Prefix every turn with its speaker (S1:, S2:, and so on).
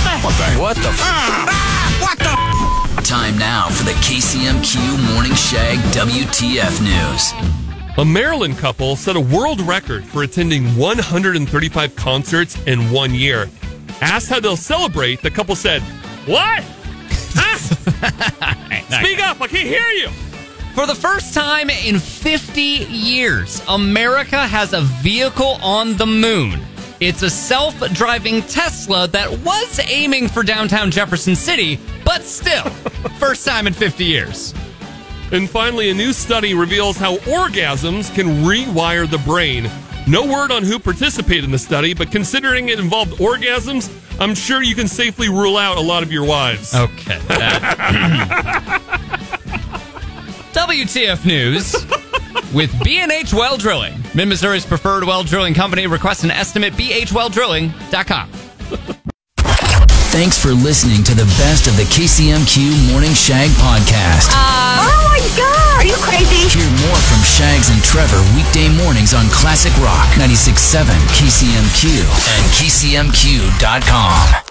S1: What the?
S2: what the?
S3: Time now for the KCMQ Morning Shag WTF News.
S4: A Maryland couple set a world record for attending 135 concerts in one year. Asked how they'll celebrate, the couple said, What? Huh? Speak up, I can't hear you.
S5: For the first time in 50 years, America has a vehicle on the moon. It's a self driving Tesla that was aiming for downtown Jefferson City, but still, first time in 50 years.
S4: And finally, a new study reveals how orgasms can rewire the brain. No word on who participated in the study, but considering it involved orgasms, I'm sure you can safely rule out a lot of your wives.
S5: Okay. WTF News with B&H Well Drilling. Mid Missouri's preferred well drilling company. Request an estimate bhwelldrilling.com.
S3: Thanks for listening to the best of the KCMQ Morning Shag podcast.
S1: Ah.
S6: oh my god! Are you crazy?
S3: Hear more from Shags and Trevor weekday mornings on Classic Rock 96.7, KCMQ, and KCMQ.com.